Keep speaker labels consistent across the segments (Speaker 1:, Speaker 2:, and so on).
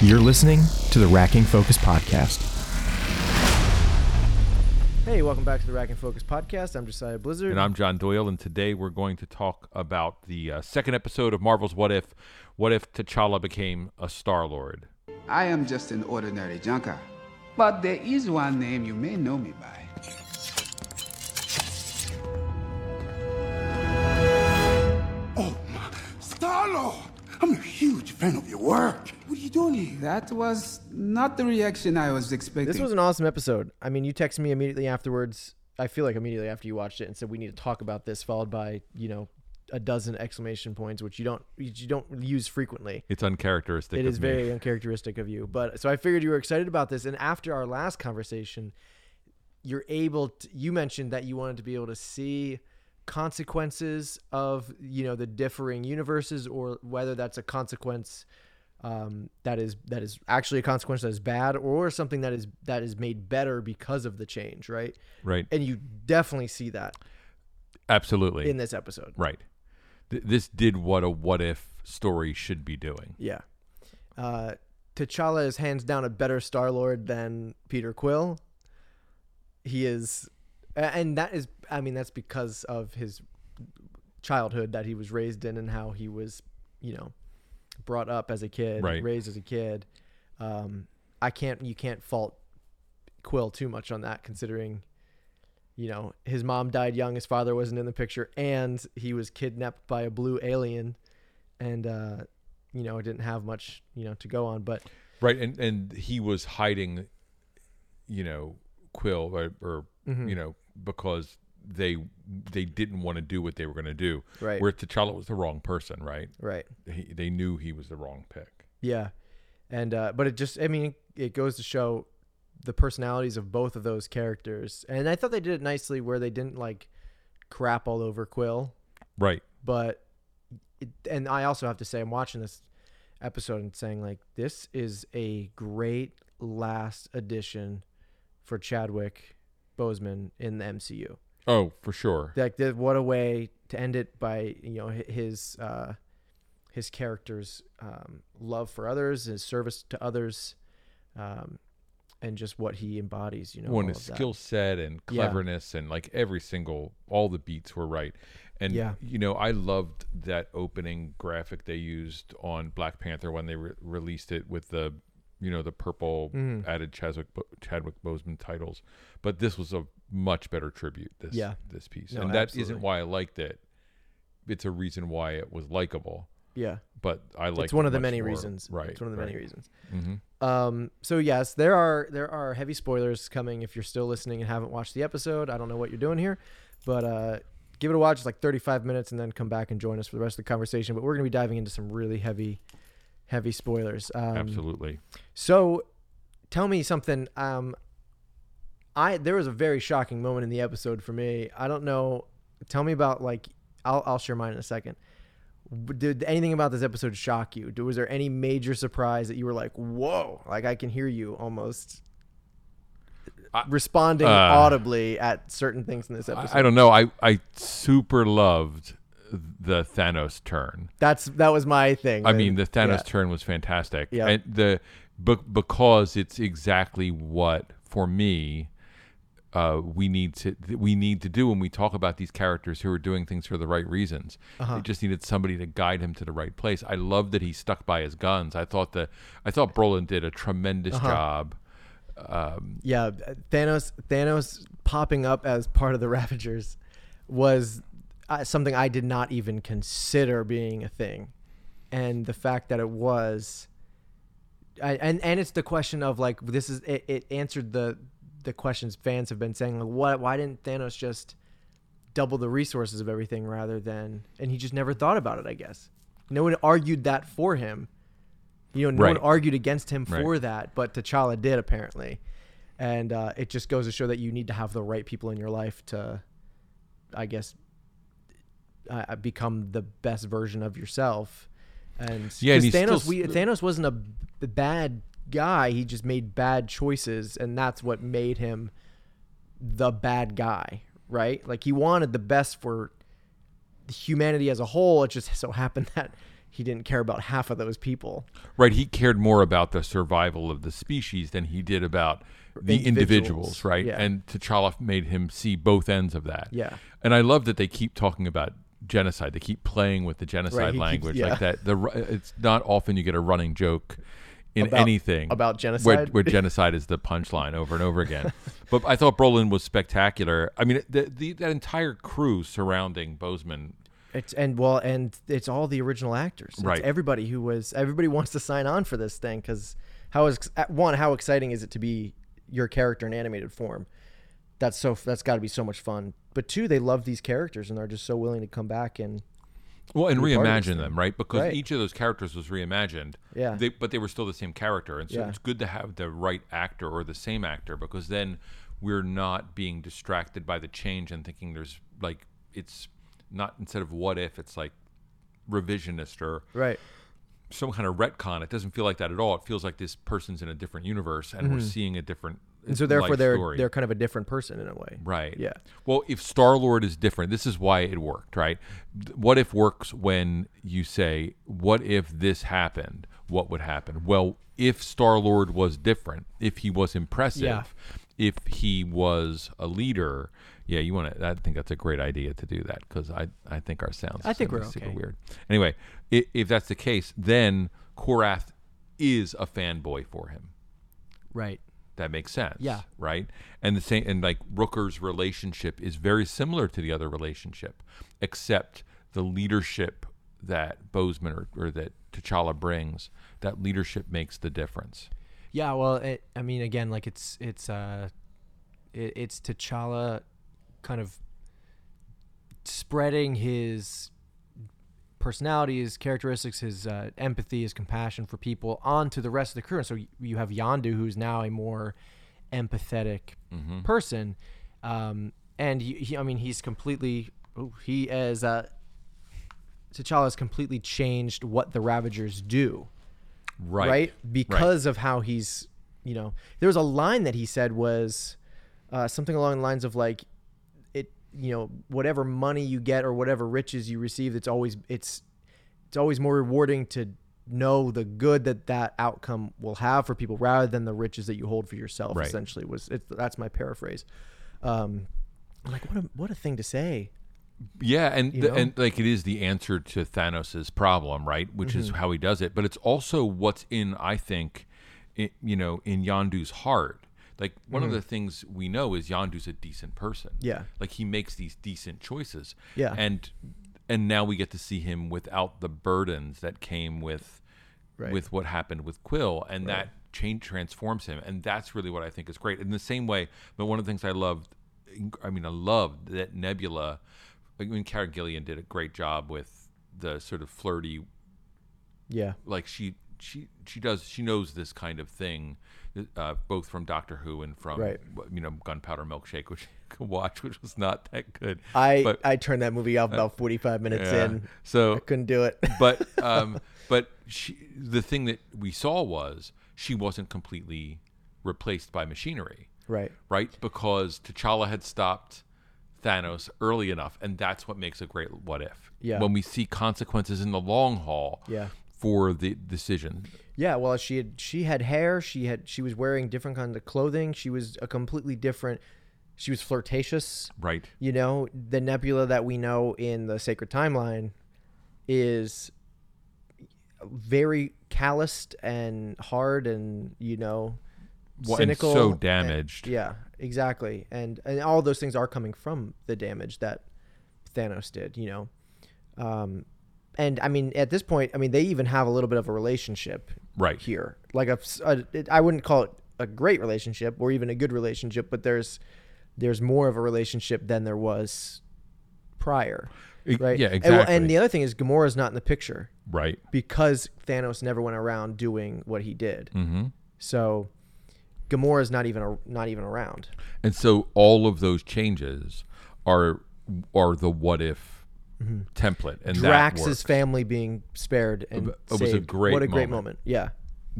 Speaker 1: You're listening to the Racking Focus Podcast.
Speaker 2: Hey, welcome back to the Rack and Focus podcast. I'm Josiah Blizzard.
Speaker 3: And I'm John Doyle, and today we're going to talk about the uh, second episode of Marvel's What If. What if T'Challa became a Star Lord?
Speaker 4: I am just an ordinary junker. But there is one name you may know me by.
Speaker 5: Oh, Star Lord! I'm a huge fan of your work. What are you doing here?
Speaker 4: That was not the reaction I was expecting.
Speaker 2: this was an awesome episode. I mean, you texted me immediately afterwards. I feel like immediately after you watched it and said we need to talk about this, followed by you know a dozen exclamation points, which you don't you don't use frequently.
Speaker 3: It's uncharacteristic.
Speaker 2: It
Speaker 3: of
Speaker 2: is
Speaker 3: me.
Speaker 2: very uncharacteristic of you. But so I figured you were excited about this, and after our last conversation, you're able. To, you mentioned that you wanted to be able to see consequences of you know the differing universes, or whether that's a consequence um, that is that is actually a consequence that is bad, or something that is that is made better because of the change, right?
Speaker 3: right.
Speaker 2: And you definitely see that
Speaker 3: Absolutely.
Speaker 2: in this episode.
Speaker 3: right. Th- this did what a What If story should be doing.
Speaker 2: Yeah. Uh, T'Challa is hands down a better Star Lord than Peter Quill. He is, a- and that is, I mean, that's because of his childhood that he was raised in and how he was, you know, brought up as a kid,
Speaker 3: Right.
Speaker 2: raised as a kid. Um, I can't, you can't fault Quill too much on that, considering, you know, his mom died young, his father wasn't in the picture, and he was kidnapped by a blue alien, and uh, you know, didn't have much, you know, to go on. But
Speaker 3: Right. And and he was hiding, you know, Quill or, or
Speaker 2: Mm-hmm.
Speaker 3: you know because they they didn't want to do what they were going to do.
Speaker 2: Right.
Speaker 3: Where T'Challa was the wrong person. Right.
Speaker 2: right,
Speaker 3: He, they knew he was the wrong pick.
Speaker 2: yeah, and uh, but it just, I mean, it goes to show the personalities of both of those characters. And I thought they did it nicely where they didn't like crap all over Quill,
Speaker 3: Right.
Speaker 2: but it, and I also have to say, I'm watching this episode and saying like, this is a great last addition for Chadwick Boseman in the MCU.
Speaker 3: Oh, for sure.
Speaker 2: like th- what a way to end it by you know hi- his uh his character's um, love for others his service to others um and just what he embodies you know
Speaker 3: Well, and
Speaker 2: all
Speaker 3: his
Speaker 2: of that.
Speaker 3: skill set and
Speaker 2: Yeah.
Speaker 3: cleverness and like every single all the beats were right and
Speaker 2: Yeah.
Speaker 3: you know i loved that opening graphic they used on black panther when they re- released it with the you know the purple
Speaker 2: Mm.
Speaker 3: added chadwick, Bo- chadwick boseman titles but this was a much better tribute this
Speaker 2: Yeah.
Speaker 3: this piece
Speaker 2: No,
Speaker 3: and that
Speaker 2: absolutely.
Speaker 3: not why i liked it it's a reason why it was likable
Speaker 2: yeah
Speaker 3: but i like
Speaker 2: it's one of the many reasons
Speaker 3: right
Speaker 2: it's one of the many
Speaker 3: right. Mm-hmm.
Speaker 2: reasons um so yes there are there are heavy spoilers coming if you're still listening and haven't watched the episode i don't know what you're doing here but uh give it a watch it's like 35 minutes and then come back and join us for the rest of the conversation but we're going to be diving into some really heavy heavy spoilers um,
Speaker 3: absolutely
Speaker 2: So, tell me something. Um, I there was a very shocking moment in the episode for me. I don't know. Tell me about like I'll I'll share mine in a second. Did anything about this episode shock you? Was there any major surprise that you were like, "Whoa!" Like I can hear you almost responding
Speaker 3: uh,
Speaker 2: audibly at certain things in this
Speaker 3: I-
Speaker 2: episode.
Speaker 3: I don't know. I, I super loved the Thanos turn.
Speaker 2: That's that was my thing.
Speaker 3: I
Speaker 2: man.
Speaker 3: mean, the Thanos
Speaker 2: Yeah.
Speaker 3: turn was fantastic.
Speaker 2: Yeah.
Speaker 3: And the but because it's exactly what for me uh, we need to th- we need to do when we talk about these characters who are doing things for the right reasons.
Speaker 2: Uh-huh.
Speaker 3: It just needed somebody to guide him to the right place. I love that he stuck by his guns. I thought the I thought Brolin did a tremendous
Speaker 2: Uh-huh.
Speaker 3: job.
Speaker 2: Yeah, Thanos Thanos popping up as part of the Ravagers was uh, something I did not even consider being a thing, and the fact that it was, I, and and it's the question of like this is it, it answered the the questions fans have been saying like what why didn't Thanos just double the resources of everything rather than and he just never thought about it I guess no one argued that for him you know no one
Speaker 3: Right.
Speaker 2: argued against him for
Speaker 3: Right.
Speaker 2: that but T'Challa did apparently and uh, it just goes to show that you need to have the right people in your life to I guess uh, become the best version of yourself. And
Speaker 3: Yeah,
Speaker 2: 'cause
Speaker 3: and he's
Speaker 2: Thanos,
Speaker 3: still-
Speaker 2: we,
Speaker 3: uh,
Speaker 2: Thanos wasn't a b- bad guy. He just made bad choices, and that's what made him the bad guy, right? Like he wanted the best for humanity as a whole. It just so happened that he didn't care about half of those people.
Speaker 3: Right, he cared more about the survival of the species than he did about the individuals,
Speaker 2: Individuals,
Speaker 3: right?
Speaker 2: yeah.
Speaker 3: And T'Challa made him see both ends of that.
Speaker 2: Yeah.
Speaker 3: And I love that they keep talking about genocide. They keep playing with the genocide
Speaker 2: he keeps-
Speaker 3: language
Speaker 2: yeah.
Speaker 3: like that. The ru- it's not often you get a running joke in
Speaker 2: About-
Speaker 3: anything
Speaker 2: about
Speaker 3: where,
Speaker 2: genocide?
Speaker 3: where genocide is the punchline over and over again. but I thought Brolin was spectacular. I mean, the, the, that entire crew surrounding Bozeman
Speaker 2: It's and well, and it's all the original actors. It's
Speaker 3: Right.
Speaker 2: everybody who was everybody wants to sign on for this thing because how is one how exciting is it to be your character in animated form? That's so that's got to be so much fun. But two, they love these characters and they're just so willing to come back and
Speaker 3: Well, and
Speaker 2: part of this
Speaker 3: reimagine
Speaker 2: thing.
Speaker 3: them, right? Because
Speaker 2: Right.
Speaker 3: each of those characters was reimagined.
Speaker 2: Yeah.
Speaker 3: They, but they were still the same character, and so
Speaker 2: Yeah.
Speaker 3: it's good to have the right actor or the same actor because then we're not being distracted by the change and thinking there's like it's not instead of what if it's like revisionist or
Speaker 2: right.
Speaker 3: some kind of retcon. It doesn't feel like that at all. It feels like this person's in a different universe and we're seeing a different.
Speaker 2: Mm-hmm. And so therefore
Speaker 3: life
Speaker 2: they're
Speaker 3: story.
Speaker 2: they're kind of a different person in a way.
Speaker 3: Right.
Speaker 2: Yeah.
Speaker 3: Well, if Star Lord is different, this is why it worked, right? Th- What if works when you say, "What if this happened? What would happen?" Well, if Star Lord was different, if he was impressive,
Speaker 2: Yeah.
Speaker 3: if he was a leader, yeah, you want to. I think that's a great idea to do that because I I think our sounds
Speaker 6: I think
Speaker 3: system
Speaker 6: we're
Speaker 3: is super
Speaker 6: okay.
Speaker 3: weird. Anyway, if, if that's the case, then Korath is a fanboy for him
Speaker 6: Right.
Speaker 3: that makes sense.
Speaker 6: Yeah.
Speaker 3: Right. And the same and like Rooker's relationship is very similar to the other relationship, except the leadership that Bozeman or, or that T'Challa brings, that leadership makes the difference.
Speaker 6: Yeah, well, it, I mean, again, like it's it's uh, it, it's T'Challa, kind of spreading his personality, his characteristics, his uh, empathy, his compassion for people onto the rest of the crew. And so y- you have Yandu, who's now a more empathetic person, um, and he, he, I mean, he's completely. Oh, he is. Uh, T'Challa's completely changed what the Ravagers do
Speaker 3: Right.
Speaker 2: right? Because of how he's, you know, there was a line that he said was uh, something along the lines of like, it, you know, whatever money you get or whatever riches you receive, it's always it's it's always more rewarding to know the good that that outcome will have for people rather than the riches that you hold for yourself.
Speaker 3: Right.
Speaker 2: Essentially, was it, that's my paraphrase. Um, I'm like what a what a thing to say.
Speaker 3: Yeah, and
Speaker 2: You
Speaker 3: the,
Speaker 2: know?
Speaker 3: and like it is the answer to Thanos' problem, right? Which
Speaker 2: Mm-hmm.
Speaker 3: is how he does it, but it's also what's in, I think, i you know, in Yandu's heart. Like one of the things we know is Yandu's a decent person.
Speaker 2: Mm-hmm. Yeah.
Speaker 3: like he makes these decent choices.
Speaker 2: Yeah.
Speaker 3: and and now we get to see him without the burdens that came with
Speaker 2: Right.
Speaker 3: with what happened with Quill, and that change transforms him, and that's really what I think is great. In the same way, but one of the things I loved, I mean, I loved that Nebula. I mean, Kara Gillian did a great job with the sort of flirty,
Speaker 2: Yeah,
Speaker 3: like she she she does she knows this kind of thing, uh, both from Doctor Who and from
Speaker 2: Right.
Speaker 3: you know Gunpowder Milkshake, which you could watch, which was not that good.
Speaker 2: I
Speaker 3: But-
Speaker 2: I turned that movie off about 45 minutes
Speaker 3: yeah.
Speaker 2: in.
Speaker 3: So-
Speaker 2: I couldn't do it.
Speaker 3: but um, but she, the thing that we saw was she wasn't completely replaced by machinery,
Speaker 2: right.
Speaker 3: right? Because T'Challa had stopped Thanos early enough, and that's what makes a great what if.
Speaker 2: Yeah.
Speaker 3: When we see consequences in the long haul.
Speaker 2: Yeah.
Speaker 3: For the decision,
Speaker 2: Yeah, well, she had she had hair. She had she was wearing different kinds of clothing. She was a completely different. She was flirtatious.
Speaker 3: right?
Speaker 2: You know, the Nebula that we know in the Sacred Timeline is very calloused and hard, and you know,
Speaker 3: Well, and
Speaker 2: cynical.
Speaker 3: so
Speaker 2: and-
Speaker 3: damaged.
Speaker 2: yeah, exactly. And and all those things are coming from the damage that Thanos did. You know. Um, and I mean, at this point, I mean, they even have a little bit of a relationship
Speaker 3: Right.
Speaker 2: here. Like a, a it, I wouldn't call it a great relationship or even a good relationship, but there's there's more of a relationship than there was prior,
Speaker 3: E-
Speaker 2: right?
Speaker 3: yeah,
Speaker 2: And, well,
Speaker 3: exactly.
Speaker 2: and the other thing is Gamora's not in the picture
Speaker 3: Right.
Speaker 2: because Thanos never went around doing what he did. Mm-hmm. So Gamora's not even a, not even around.
Speaker 3: And so all of those changes are are the what if
Speaker 2: Mm-hmm.
Speaker 3: template, and that
Speaker 2: Drax's
Speaker 3: works.
Speaker 2: family being spared and
Speaker 3: It was a
Speaker 2: saved.
Speaker 3: great
Speaker 2: what a great moment.
Speaker 3: moment.
Speaker 2: Yeah,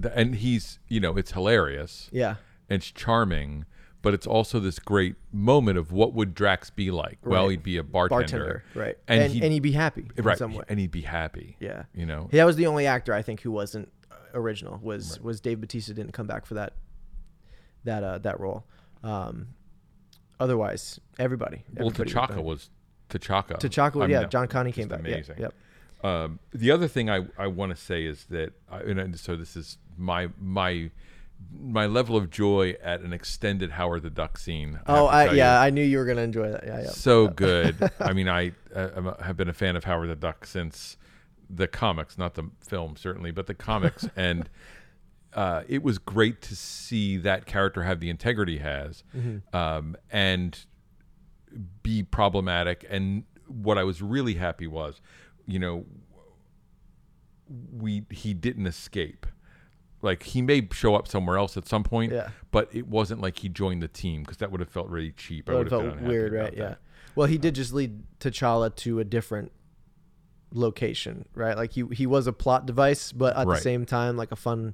Speaker 3: Th- and he's you know it's hilarious
Speaker 2: yeah,
Speaker 3: it's charming but it's also this great moment of what would Drax be like? Well,
Speaker 2: Right.
Speaker 3: he'd be a bartender,
Speaker 2: bartender, right? And
Speaker 3: And,
Speaker 2: and,
Speaker 3: he'd,
Speaker 2: he'd be happy in
Speaker 3: right,
Speaker 2: some way.
Speaker 3: and he'd be happy.
Speaker 2: Yeah.
Speaker 3: you know,
Speaker 2: That was the only actor I think who wasn't uh, original was was Dave Batista didn't come back for that that uh, that role. Um, otherwise, everybody.
Speaker 3: well,
Speaker 2: everybody
Speaker 3: T'Chaka was T'Chaka.
Speaker 2: T'Chaka,
Speaker 3: I mean,
Speaker 2: yeah,
Speaker 3: that-
Speaker 2: John Connie came
Speaker 3: just
Speaker 2: back. yeah,
Speaker 3: amazing.
Speaker 2: yep.
Speaker 3: Um, the other thing I, I want to say is that I, and I- so this is my my my level of joy at an extended Howard the Duck scene. I have
Speaker 2: Oh,
Speaker 3: to
Speaker 2: I,
Speaker 3: tell
Speaker 2: yeah,
Speaker 3: you.
Speaker 2: I knew you were gonna enjoy that. Yeah, yeah.
Speaker 3: so good. I mean, I uh, I'm a- have been a fan of Howard the Duck since the comics, not the film certainly, but the comics, and uh, it was great to see that character have the integrity he has,
Speaker 2: Mm-hmm.
Speaker 3: um, and be problematic. And what I was really happy was, you know, we he didn't escape. Like he may show up somewhere else at some point,
Speaker 2: Yeah.
Speaker 3: but it wasn't like he joined the team because that would have felt really cheap. I
Speaker 2: Well,
Speaker 3: would
Speaker 2: it
Speaker 3: have been
Speaker 2: felt
Speaker 3: unhappy
Speaker 2: weird,
Speaker 3: about
Speaker 2: right?
Speaker 3: that.
Speaker 2: Yeah. Well, he did just lead T'Challa to a different location, right? Like he he was a plot device, but at
Speaker 3: Right.
Speaker 2: the same time, like a fun,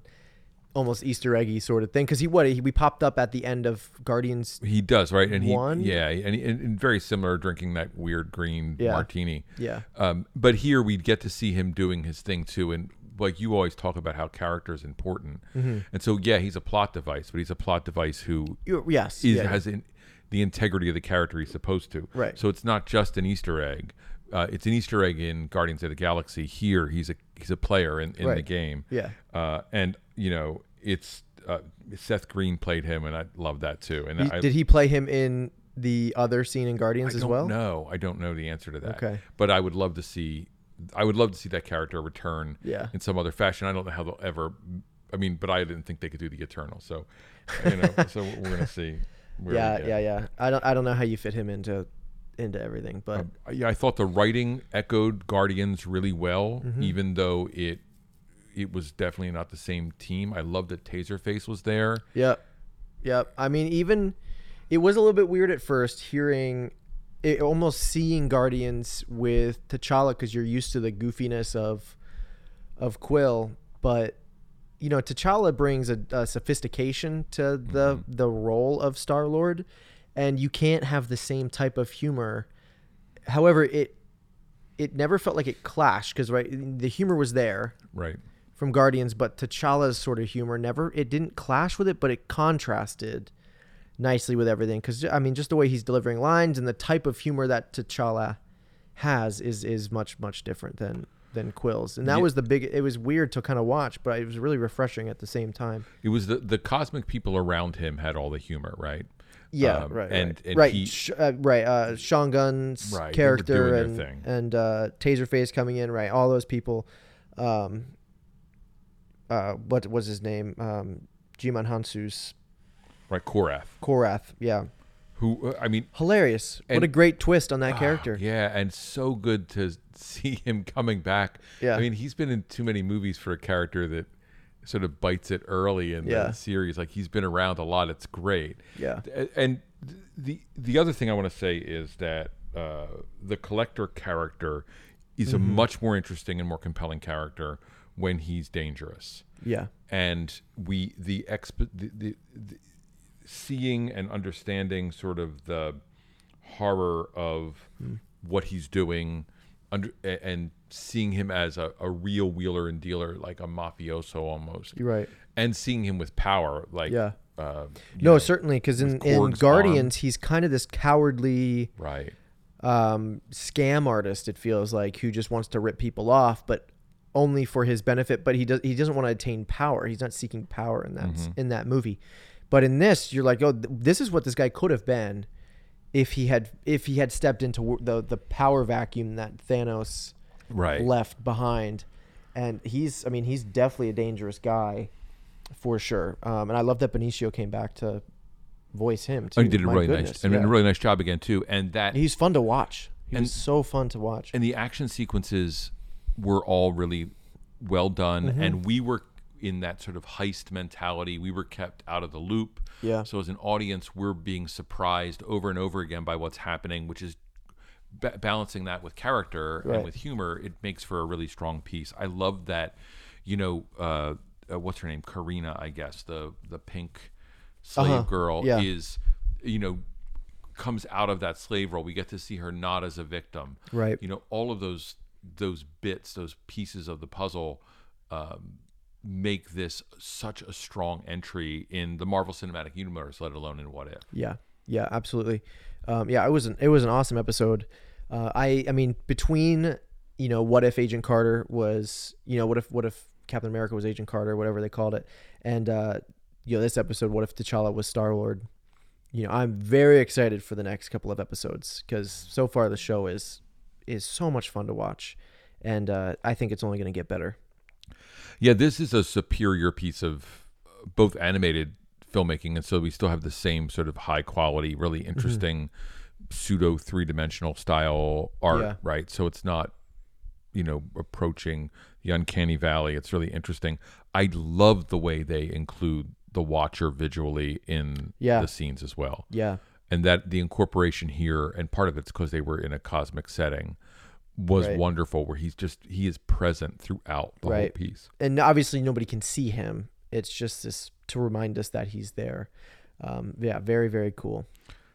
Speaker 2: almost Easter eggy sort of thing. Because he what he, we popped up at the end of Guardians.
Speaker 3: He does, right? And he,
Speaker 2: One?
Speaker 3: yeah, and, and, and very similar, drinking that weird green
Speaker 2: Yeah.
Speaker 3: martini.
Speaker 2: Yeah.
Speaker 3: Um, but here we get to see him doing his thing too, and like you always talk about how character is important, and so yeah, he's a plot device, but he's a plot device who
Speaker 2: You- Mm-hmm. Yes.
Speaker 3: is,
Speaker 2: yeah.
Speaker 3: has in, the integrity of the character he's supposed to.
Speaker 2: Right.
Speaker 3: So it's not just an Easter egg. Uh, it's an Easter egg in Guardians of the Galaxy. Here, he's a he's a player in, in the
Speaker 2: Right.
Speaker 3: game.
Speaker 2: Yeah.
Speaker 3: Uh, and you know, it's uh, Seth Green played him, and I love that too. And
Speaker 2: He-
Speaker 3: I,
Speaker 2: did he play him in the other scene in Guardians
Speaker 3: I
Speaker 2: as
Speaker 3: don't
Speaker 2: well?
Speaker 3: know. I don't know the answer to that.
Speaker 2: Okay.
Speaker 3: But I would love to see. I would love to see that character return.
Speaker 2: Yeah.
Speaker 3: In some other fashion. I don't know how they'll ever. I mean, but I didn't think they could do the Eternal. So, you know, so we're gonna see. where we
Speaker 2: Yeah,
Speaker 3: get.
Speaker 2: yeah, yeah. I don't I don't know how you fit him into into everything, but
Speaker 3: I- Uh, Yeah, I thought the writing echoed Guardians really well,
Speaker 2: Mm-hmm.
Speaker 3: even though it it was definitely not the same team. I loved that Taserface was there.
Speaker 2: Yep. Yep. I mean, even it was a little bit weird at first hearing it, almost seeing Guardians with T'Challa because you're used to the goofiness of of Quill, but you know T'Challa brings a, a sophistication to the the role of Star Lord, and you can't have the same type of humor. However, it it never felt like it clashed because right the humor was there
Speaker 3: Right.
Speaker 2: from Guardians, but T'Challa's sort of humor never it didn't clash with it, but it contrasted nicely with everything. Because I mean, just the way he's delivering lines and the type of humor that T'Challa has is is much much different than than Quill's, and that
Speaker 3: Ye-
Speaker 2: was the big. It was weird to kind of watch, but it was really refreshing at the same time.
Speaker 3: It was the the cosmic people around him had all the humor, right?
Speaker 2: Yeah,
Speaker 3: Um,
Speaker 2: right,
Speaker 3: and-
Speaker 2: right,
Speaker 3: and
Speaker 2: right.
Speaker 3: he-
Speaker 2: Sh- uh, right. Uh, Sean Gunn's
Speaker 3: Right, they were
Speaker 2: character
Speaker 3: doing
Speaker 2: and
Speaker 3: their thing.
Speaker 2: and uh, Taserface coming in, right? All those people. Um, uh, what was his name? Um, Jimon Hansu's
Speaker 3: Right. Korath,
Speaker 2: Korath. Yeah,
Speaker 3: who uh, I mean,
Speaker 2: hilarious.
Speaker 3: And- Ah,
Speaker 2: what a great twist on that character.
Speaker 3: Yeah, and so good to see him coming back.
Speaker 2: Yeah.
Speaker 3: I mean, he's been in too many movies for a character that sort of bites it early in
Speaker 2: Yeah.
Speaker 3: the series. Like he's been around a lot. It's great.
Speaker 2: Yeah.
Speaker 3: Th- And th- the the other thing I want to say is that uh, the collector character is a
Speaker 2: Mm-hmm.
Speaker 3: much more interesting and more compelling character when he's dangerous
Speaker 2: Yeah.
Speaker 3: and we the exp the, the, the seeing and understanding sort of the horror of
Speaker 2: Hmm.
Speaker 3: what he's doing under a- and seeing him as a, a real wheeler and dealer like a mafioso almost
Speaker 2: You're right.
Speaker 3: and seeing him with power like
Speaker 2: Yeah.
Speaker 3: uh, you
Speaker 2: No,
Speaker 3: know,
Speaker 2: certainly, because in, in
Speaker 3: Korg's
Speaker 2: Guardians, he's kind of this cowardly
Speaker 3: right
Speaker 2: um, scam artist. It feels like who just wants to rip people off, but only for his benefit. But he does he doesn't want to attain power. He's not seeking power in that
Speaker 3: Mm-hmm.
Speaker 2: in that movie. But in this, you're like, oh, th- this is what this guy could have been if he had if he had stepped into w- the the power vacuum that Thanos
Speaker 3: right
Speaker 2: left behind. And he's, I mean, he's definitely a dangerous guy for sure. Um, and I love that Benicio came back to voice him. Too.
Speaker 3: and Oh, he did a
Speaker 2: My
Speaker 3: really
Speaker 2: goodness,
Speaker 3: nice and
Speaker 2: yeah.
Speaker 3: a really nice job again too and that
Speaker 2: he's fun to watch. He
Speaker 3: And-
Speaker 2: was so fun to watch.
Speaker 3: and the action sequences were all really well done
Speaker 2: Mm-hmm.
Speaker 3: and we were in that sort of heist mentality we were kept out of the loop
Speaker 2: Yeah.
Speaker 3: so as an audience we're being surprised over and over again by what's happening which is ba- balancing that with character and
Speaker 2: Right.
Speaker 3: with humor it makes for a really strong piece i love that you know uh, uh, what's her name karina i guess the the pink slave girl
Speaker 2: Uh-huh. yeah.
Speaker 3: is you know, comes out of that slave role. We get to see her not as a victim.
Speaker 2: Right.
Speaker 3: You know, all of those those bits, those pieces of the puzzle um, make this such a strong entry in the Marvel Cinematic Universe, let alone in What If.
Speaker 2: Yeah, yeah, absolutely. Um, yeah, it was an it was an awesome episode. Uh, I I mean, between you know, what if Agent Carter was you know, what if what if Captain America was Agent Carter, whatever they called it, and uh, you know, this episode, what if T'Challa was Star Lord? You know, I'm very excited for the next couple of episodes because so far the show is is so much fun to watch, and uh, I think it's only going to get better.
Speaker 3: Yeah, this is a superior piece of uh, both animated filmmaking, and so we still have the same sort of high quality, really
Speaker 2: Mm-hmm.
Speaker 3: interesting pseudo three dimensional style art,
Speaker 2: Yeah.
Speaker 3: right? So it's not, you know, approaching the uncanny valley. It's really interesting. I love the way they include the watcher visually in
Speaker 2: Yeah.
Speaker 3: the scenes as well
Speaker 2: Yeah,
Speaker 3: and that the incorporation here and part of it's because they were in a cosmic setting was
Speaker 2: Right.
Speaker 3: wonderful where he's just he is present throughout the whole
Speaker 2: Right.
Speaker 3: piece
Speaker 2: and obviously nobody can see him. It's just this to remind us that he's there. Um, yeah, very very cool.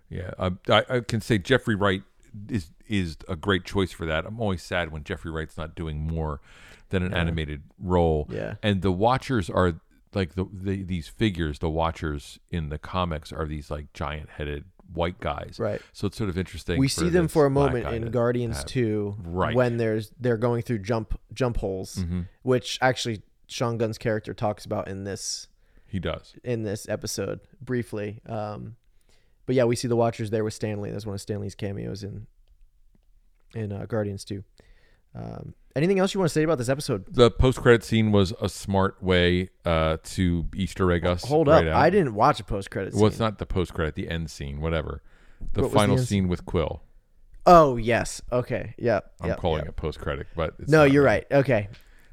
Speaker 3: yeah I, I, I can say jeffrey wright is is a great choice for that i'm always sad when jeffrey wright's not doing more than an animated role
Speaker 2: Yeah.
Speaker 3: and the watchers are like the, the these figures the watchers in the comics are these like giant headed white guys
Speaker 2: Right.
Speaker 3: so it's sort of interesting
Speaker 2: we see them
Speaker 3: this
Speaker 2: for a
Speaker 3: black
Speaker 2: moment
Speaker 3: guy
Speaker 2: in
Speaker 3: to
Speaker 2: Guardians
Speaker 3: have-
Speaker 2: 2
Speaker 3: Right. Mm-hmm.
Speaker 2: when there's they're going through jump jump holes which actually Sean Gunn's character talks about in this
Speaker 3: he does
Speaker 2: in this episode briefly um but yeah we see the watchers there with Stanley that's one of Stanley's cameos in in uh, Guardians 2 um anything else you want to say about this episode
Speaker 3: the post credit scene was a smart way uh, to Easter egg us.
Speaker 2: hold
Speaker 3: right
Speaker 2: up
Speaker 3: out.
Speaker 2: I didn't watch a post credits
Speaker 3: Well, it's not the post credit, the end scene, whatever. The
Speaker 2: What was the
Speaker 3: final
Speaker 2: end
Speaker 3: scene with Quill.
Speaker 2: oh yes okay yeah
Speaker 3: I'm calling it post credit, but it's
Speaker 2: no
Speaker 3: not.
Speaker 2: you're right okay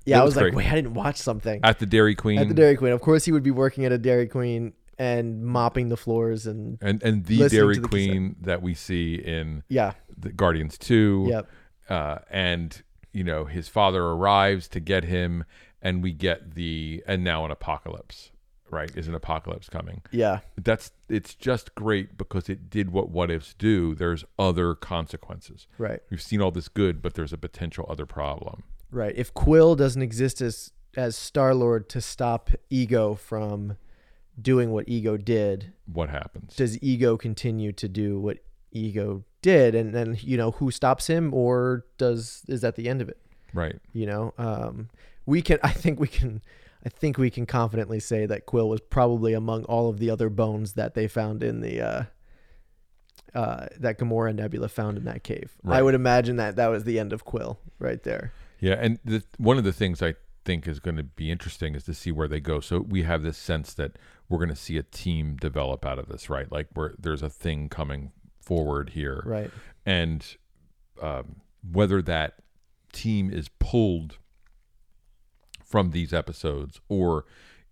Speaker 2: yeah
Speaker 3: That
Speaker 2: I
Speaker 3: was
Speaker 2: was
Speaker 3: great.
Speaker 2: like wait I didn't watch something
Speaker 3: At the Dairy Queen,
Speaker 2: at the Dairy Queen. Of course, he would be working at a Dairy Queen and mopping the floors and
Speaker 3: and and the
Speaker 2: listening
Speaker 3: Dairy
Speaker 2: to the
Speaker 3: Queen that we see in
Speaker 2: yeah,
Speaker 3: the Guardians Two.
Speaker 2: Yep.
Speaker 3: Uh, and you know his father arrives to get him, and we get the and now an apocalypse. Right? Is an apocalypse coming?
Speaker 2: yeah,
Speaker 3: that's it's just great because it did what what ifs do there's other consequences
Speaker 2: Right.
Speaker 3: we've seen all this good but there's a potential other problem
Speaker 2: right. If Quill doesn't exist as as Star Lord to stop Ego from doing what Ego did,
Speaker 3: what happens
Speaker 2: does Ego continue to do what Ego did? And then you know who stops him, or does is that the end of it?
Speaker 3: right
Speaker 2: You know, um, we can. I think we can. I think we can confidently say that Quill was probably among all of the other bones that they found in the uh, uh, that Gamora and Nebula found in that cave. I
Speaker 3: Right.
Speaker 2: would imagine that that was the end of Quill right there.
Speaker 3: yeah and the, one of the things i think is going to be interesting is to see where they go so we have this sense that we're going to see a team develop out of this right like where there's a thing coming forward here
Speaker 2: Right.
Speaker 3: and um, whether that team is pulled from these episodes or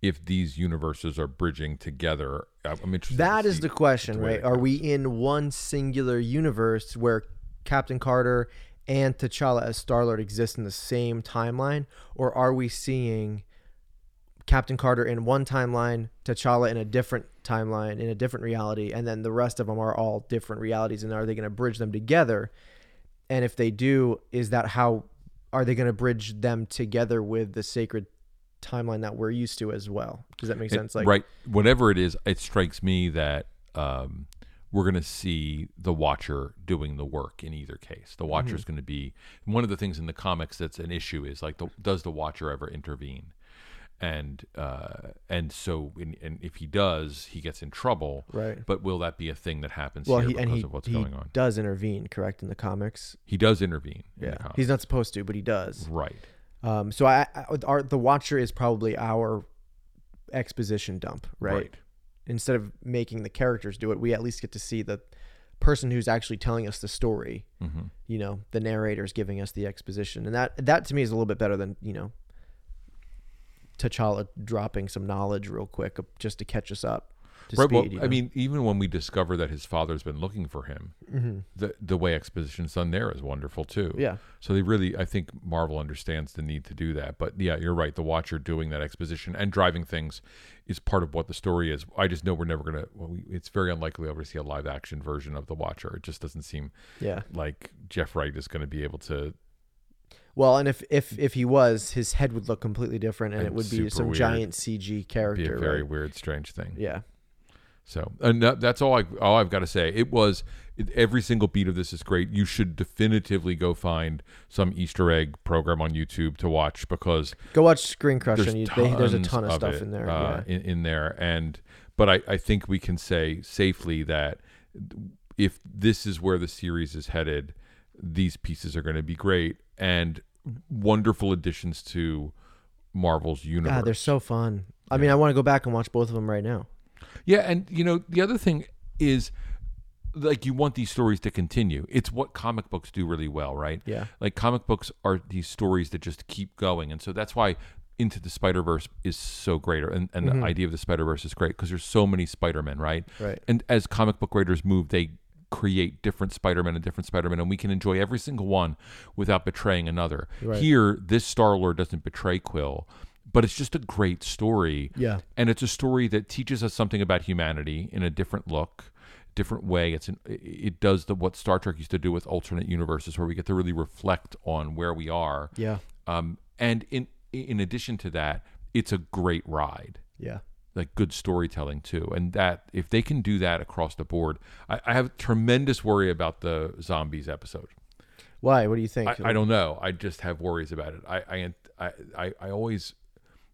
Speaker 3: if these universes are bridging together. I- I'm interested.
Speaker 2: That
Speaker 3: to
Speaker 2: is
Speaker 3: see
Speaker 2: the question,
Speaker 3: the way
Speaker 2: right?
Speaker 3: it
Speaker 2: Are
Speaker 3: goes.
Speaker 2: we in one singular universe where Captain Carter and T'Challa as Star Lord exist in the same timeline, or are we seeing Captain Carter in one timeline, T'Challa in a different timeline, in a different reality, and then the rest of them are all different realities? And are they going to bridge them together? And if they do, is that how are they going to bridge them together with the sacred timeline that we're used to as well? Does that make sense? Like,
Speaker 3: right, whatever it is, it strikes me that um, we're going to see the Watcher doing the work in either case. The Watcher's
Speaker 2: Mm-hmm.
Speaker 3: going to be one of the things in the comics that's an issue is like, the, does the Watcher ever intervene? And uh, and so in, and if he does, he gets in trouble.
Speaker 2: Right.
Speaker 3: But will that be a thing that happens
Speaker 2: well,
Speaker 3: here
Speaker 2: he,
Speaker 3: because
Speaker 2: and he,
Speaker 3: of what's
Speaker 2: he
Speaker 3: going on?
Speaker 2: does intervene, correct, in the comics.
Speaker 3: He does intervene. In the comics. Mm-hmm.
Speaker 2: he's not supposed to, but he does.
Speaker 3: right.
Speaker 2: Um, so I, I our, the Watcher is probably our exposition dump, right?
Speaker 3: Right.
Speaker 2: Instead of making the characters do it, we at least get to see the person who's actually telling us the story.
Speaker 3: Mm-hmm.
Speaker 2: You know, the narrator's giving us the exposition, and that that to me is a little bit better than you know. T'Challa dropping some knowledge real quick just uh, to catch us up. to
Speaker 3: right,
Speaker 2: speed.
Speaker 3: well,
Speaker 2: you
Speaker 3: I
Speaker 2: know?
Speaker 3: mean, even when we discover that his father's been looking for him, the the way exposition's done there is wonderful too.
Speaker 2: Mm-hmm. Yeah.
Speaker 3: So they really, I think Marvel understands the need to do that. But yeah, you're right. The Watcher doing that exposition and driving things is part of what the story is. I just know we're never gonna. Well, we, it's very unlikely we'll ever see a live action version of the Watcher. It just doesn't seem
Speaker 2: yeah.
Speaker 3: like Jeff Wright is going to be able to.
Speaker 2: Well, and if if if he was, his head would look completely different, and,
Speaker 3: And
Speaker 2: it would be
Speaker 3: super
Speaker 2: some
Speaker 3: weird.
Speaker 2: giant CG character.
Speaker 3: Be a very
Speaker 2: right?
Speaker 3: weird, strange thing.
Speaker 2: Yeah.
Speaker 3: So and that, that's all I all I've got to say. It was it, every single beat of this is great. You should definitively go find some Easter egg program on YouTube to watch because
Speaker 2: Go watch Screen Crush,
Speaker 3: there's
Speaker 2: and you, they, there's a
Speaker 3: tons
Speaker 2: ton of, stuff
Speaker 3: it,
Speaker 2: in there.
Speaker 3: uh,
Speaker 2: yeah.
Speaker 3: in, in there, and but I I think we can say safely that if this is where the series is headed, these pieces are going to be great and wonderful additions to Marvel's universe.
Speaker 2: God, they're so fun. I mean, I want to go back and watch both of them right now.
Speaker 3: Yeah, and you know the other thing is like you want these stories to continue. It's what comic books do really well, right?
Speaker 2: Yeah.
Speaker 3: Like comic books are these stories that just keep going. And so that's why Into the Spider-Verse is so great and and the idea of the Spider-Verse is great because there's so many Spider-Men, right?
Speaker 2: Right.
Speaker 3: And as comic book writers move, they create different Spider-Men and different Spider-Men and we can enjoy every single one without betraying another. Here this Star-Lord doesn't betray Quill, but it's just a great story.
Speaker 2: Yeah.
Speaker 3: And it's a story that teaches us something about humanity in a different look, different way. It's an, it does the what Star Trek used to do with alternate universes, where we get to really reflect on where we are.
Speaker 2: Yeah.
Speaker 3: Um, and in in addition to that, it's a great ride,
Speaker 2: Yeah.
Speaker 3: like good storytelling too. And that if they can do that across the board, I, I have tremendous worry about the zombies episode.
Speaker 2: Why? What do you think?
Speaker 3: I, I don't know. I just have worries about it. I, I, I, I always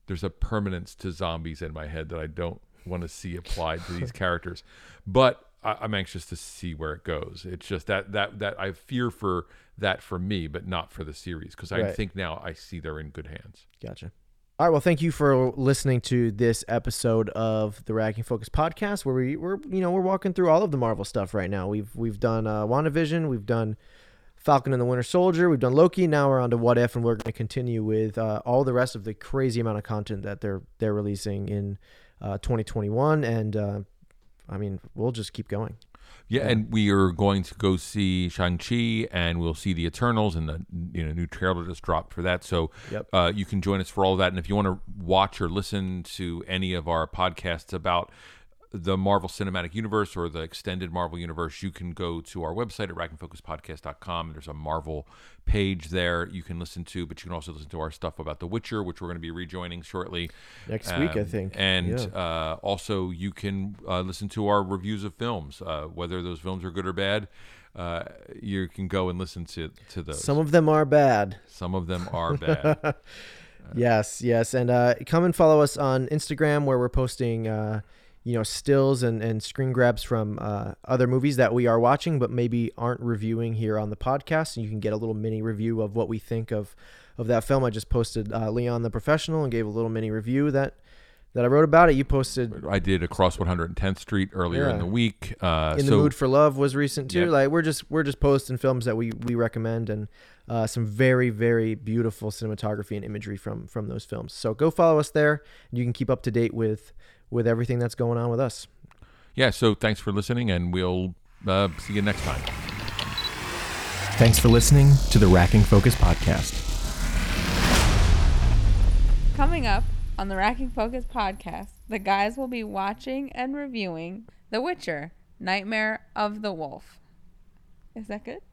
Speaker 3: there's a permanence to zombies in my head that I don't want to see applied to these characters. But I, I'm anxious to see where it goes. It's just that that that I fear for that for me, but not for the series because I
Speaker 2: Right.
Speaker 3: think now I see they're in good hands.
Speaker 2: Gotcha. All right. Well, thank you for listening to this episode of the Racking Focus podcast, where we we're you know we're walking through all of the Marvel stuff right now. We've we've done uh, WandaVision, we've done Falcon and the Winter Soldier, we've done Loki. Now we're on to What If, and we're going to continue with uh, all the rest of the crazy amount of content that they're they're releasing in uh, 2021. And uh, I mean, we'll just keep going.
Speaker 3: Yeah, and we are going to go see Shang Chi, and we'll see the Eternals, and the you know new trailer just dropped for that. So
Speaker 2: Yep.
Speaker 3: uh, you can join us for all of that. And if you want to watch or listen to any of our podcasts about the Marvel Cinematic Universe or the extended Marvel Universe, you can go to our website at rackandfocuspodcast.com. There's a Marvel page there you can listen to, but you can also listen to our stuff about The Witcher, which we're going to be rejoining shortly Um,
Speaker 2: Next week, I think.
Speaker 3: And
Speaker 2: Yeah.
Speaker 3: uh, also, you can uh, listen to our reviews of films, uh, whether those films are good or bad. Uh, you can go and listen to to those.
Speaker 2: Some of them are bad.
Speaker 3: Some of them are bad.
Speaker 2: Yes, yes, and uh, come and follow us on Instagram where we're posting, uh, you know, stills and, and screen grabs from uh, other movies that we are watching, but maybe aren't reviewing here on the podcast. And you can get a little mini review of what we think of of that film. I just posted uh, Leon the Professional and gave a little mini review that that I wrote about it. You posted
Speaker 3: I did across 110th Street earlier in
Speaker 2: Yeah.
Speaker 3: the week. Uh,
Speaker 2: in
Speaker 3: so
Speaker 2: the mood for love was recent too.
Speaker 3: Yeah.
Speaker 2: Like we're just we're just posting films that we we recommend and uh, some very very beautiful cinematography and imagery from from those films. So go follow us there. You can keep up to date with with everything that's going on with us.
Speaker 3: yeah, so thanks for listening, and we'll uh, see you next time.
Speaker 1: Thanks for listening to the Racking Focus podcast.
Speaker 7: Coming up on the Racking Focus podcast, the guys will be watching and reviewing The Witcher Nightmare of the Wolf. Is that good?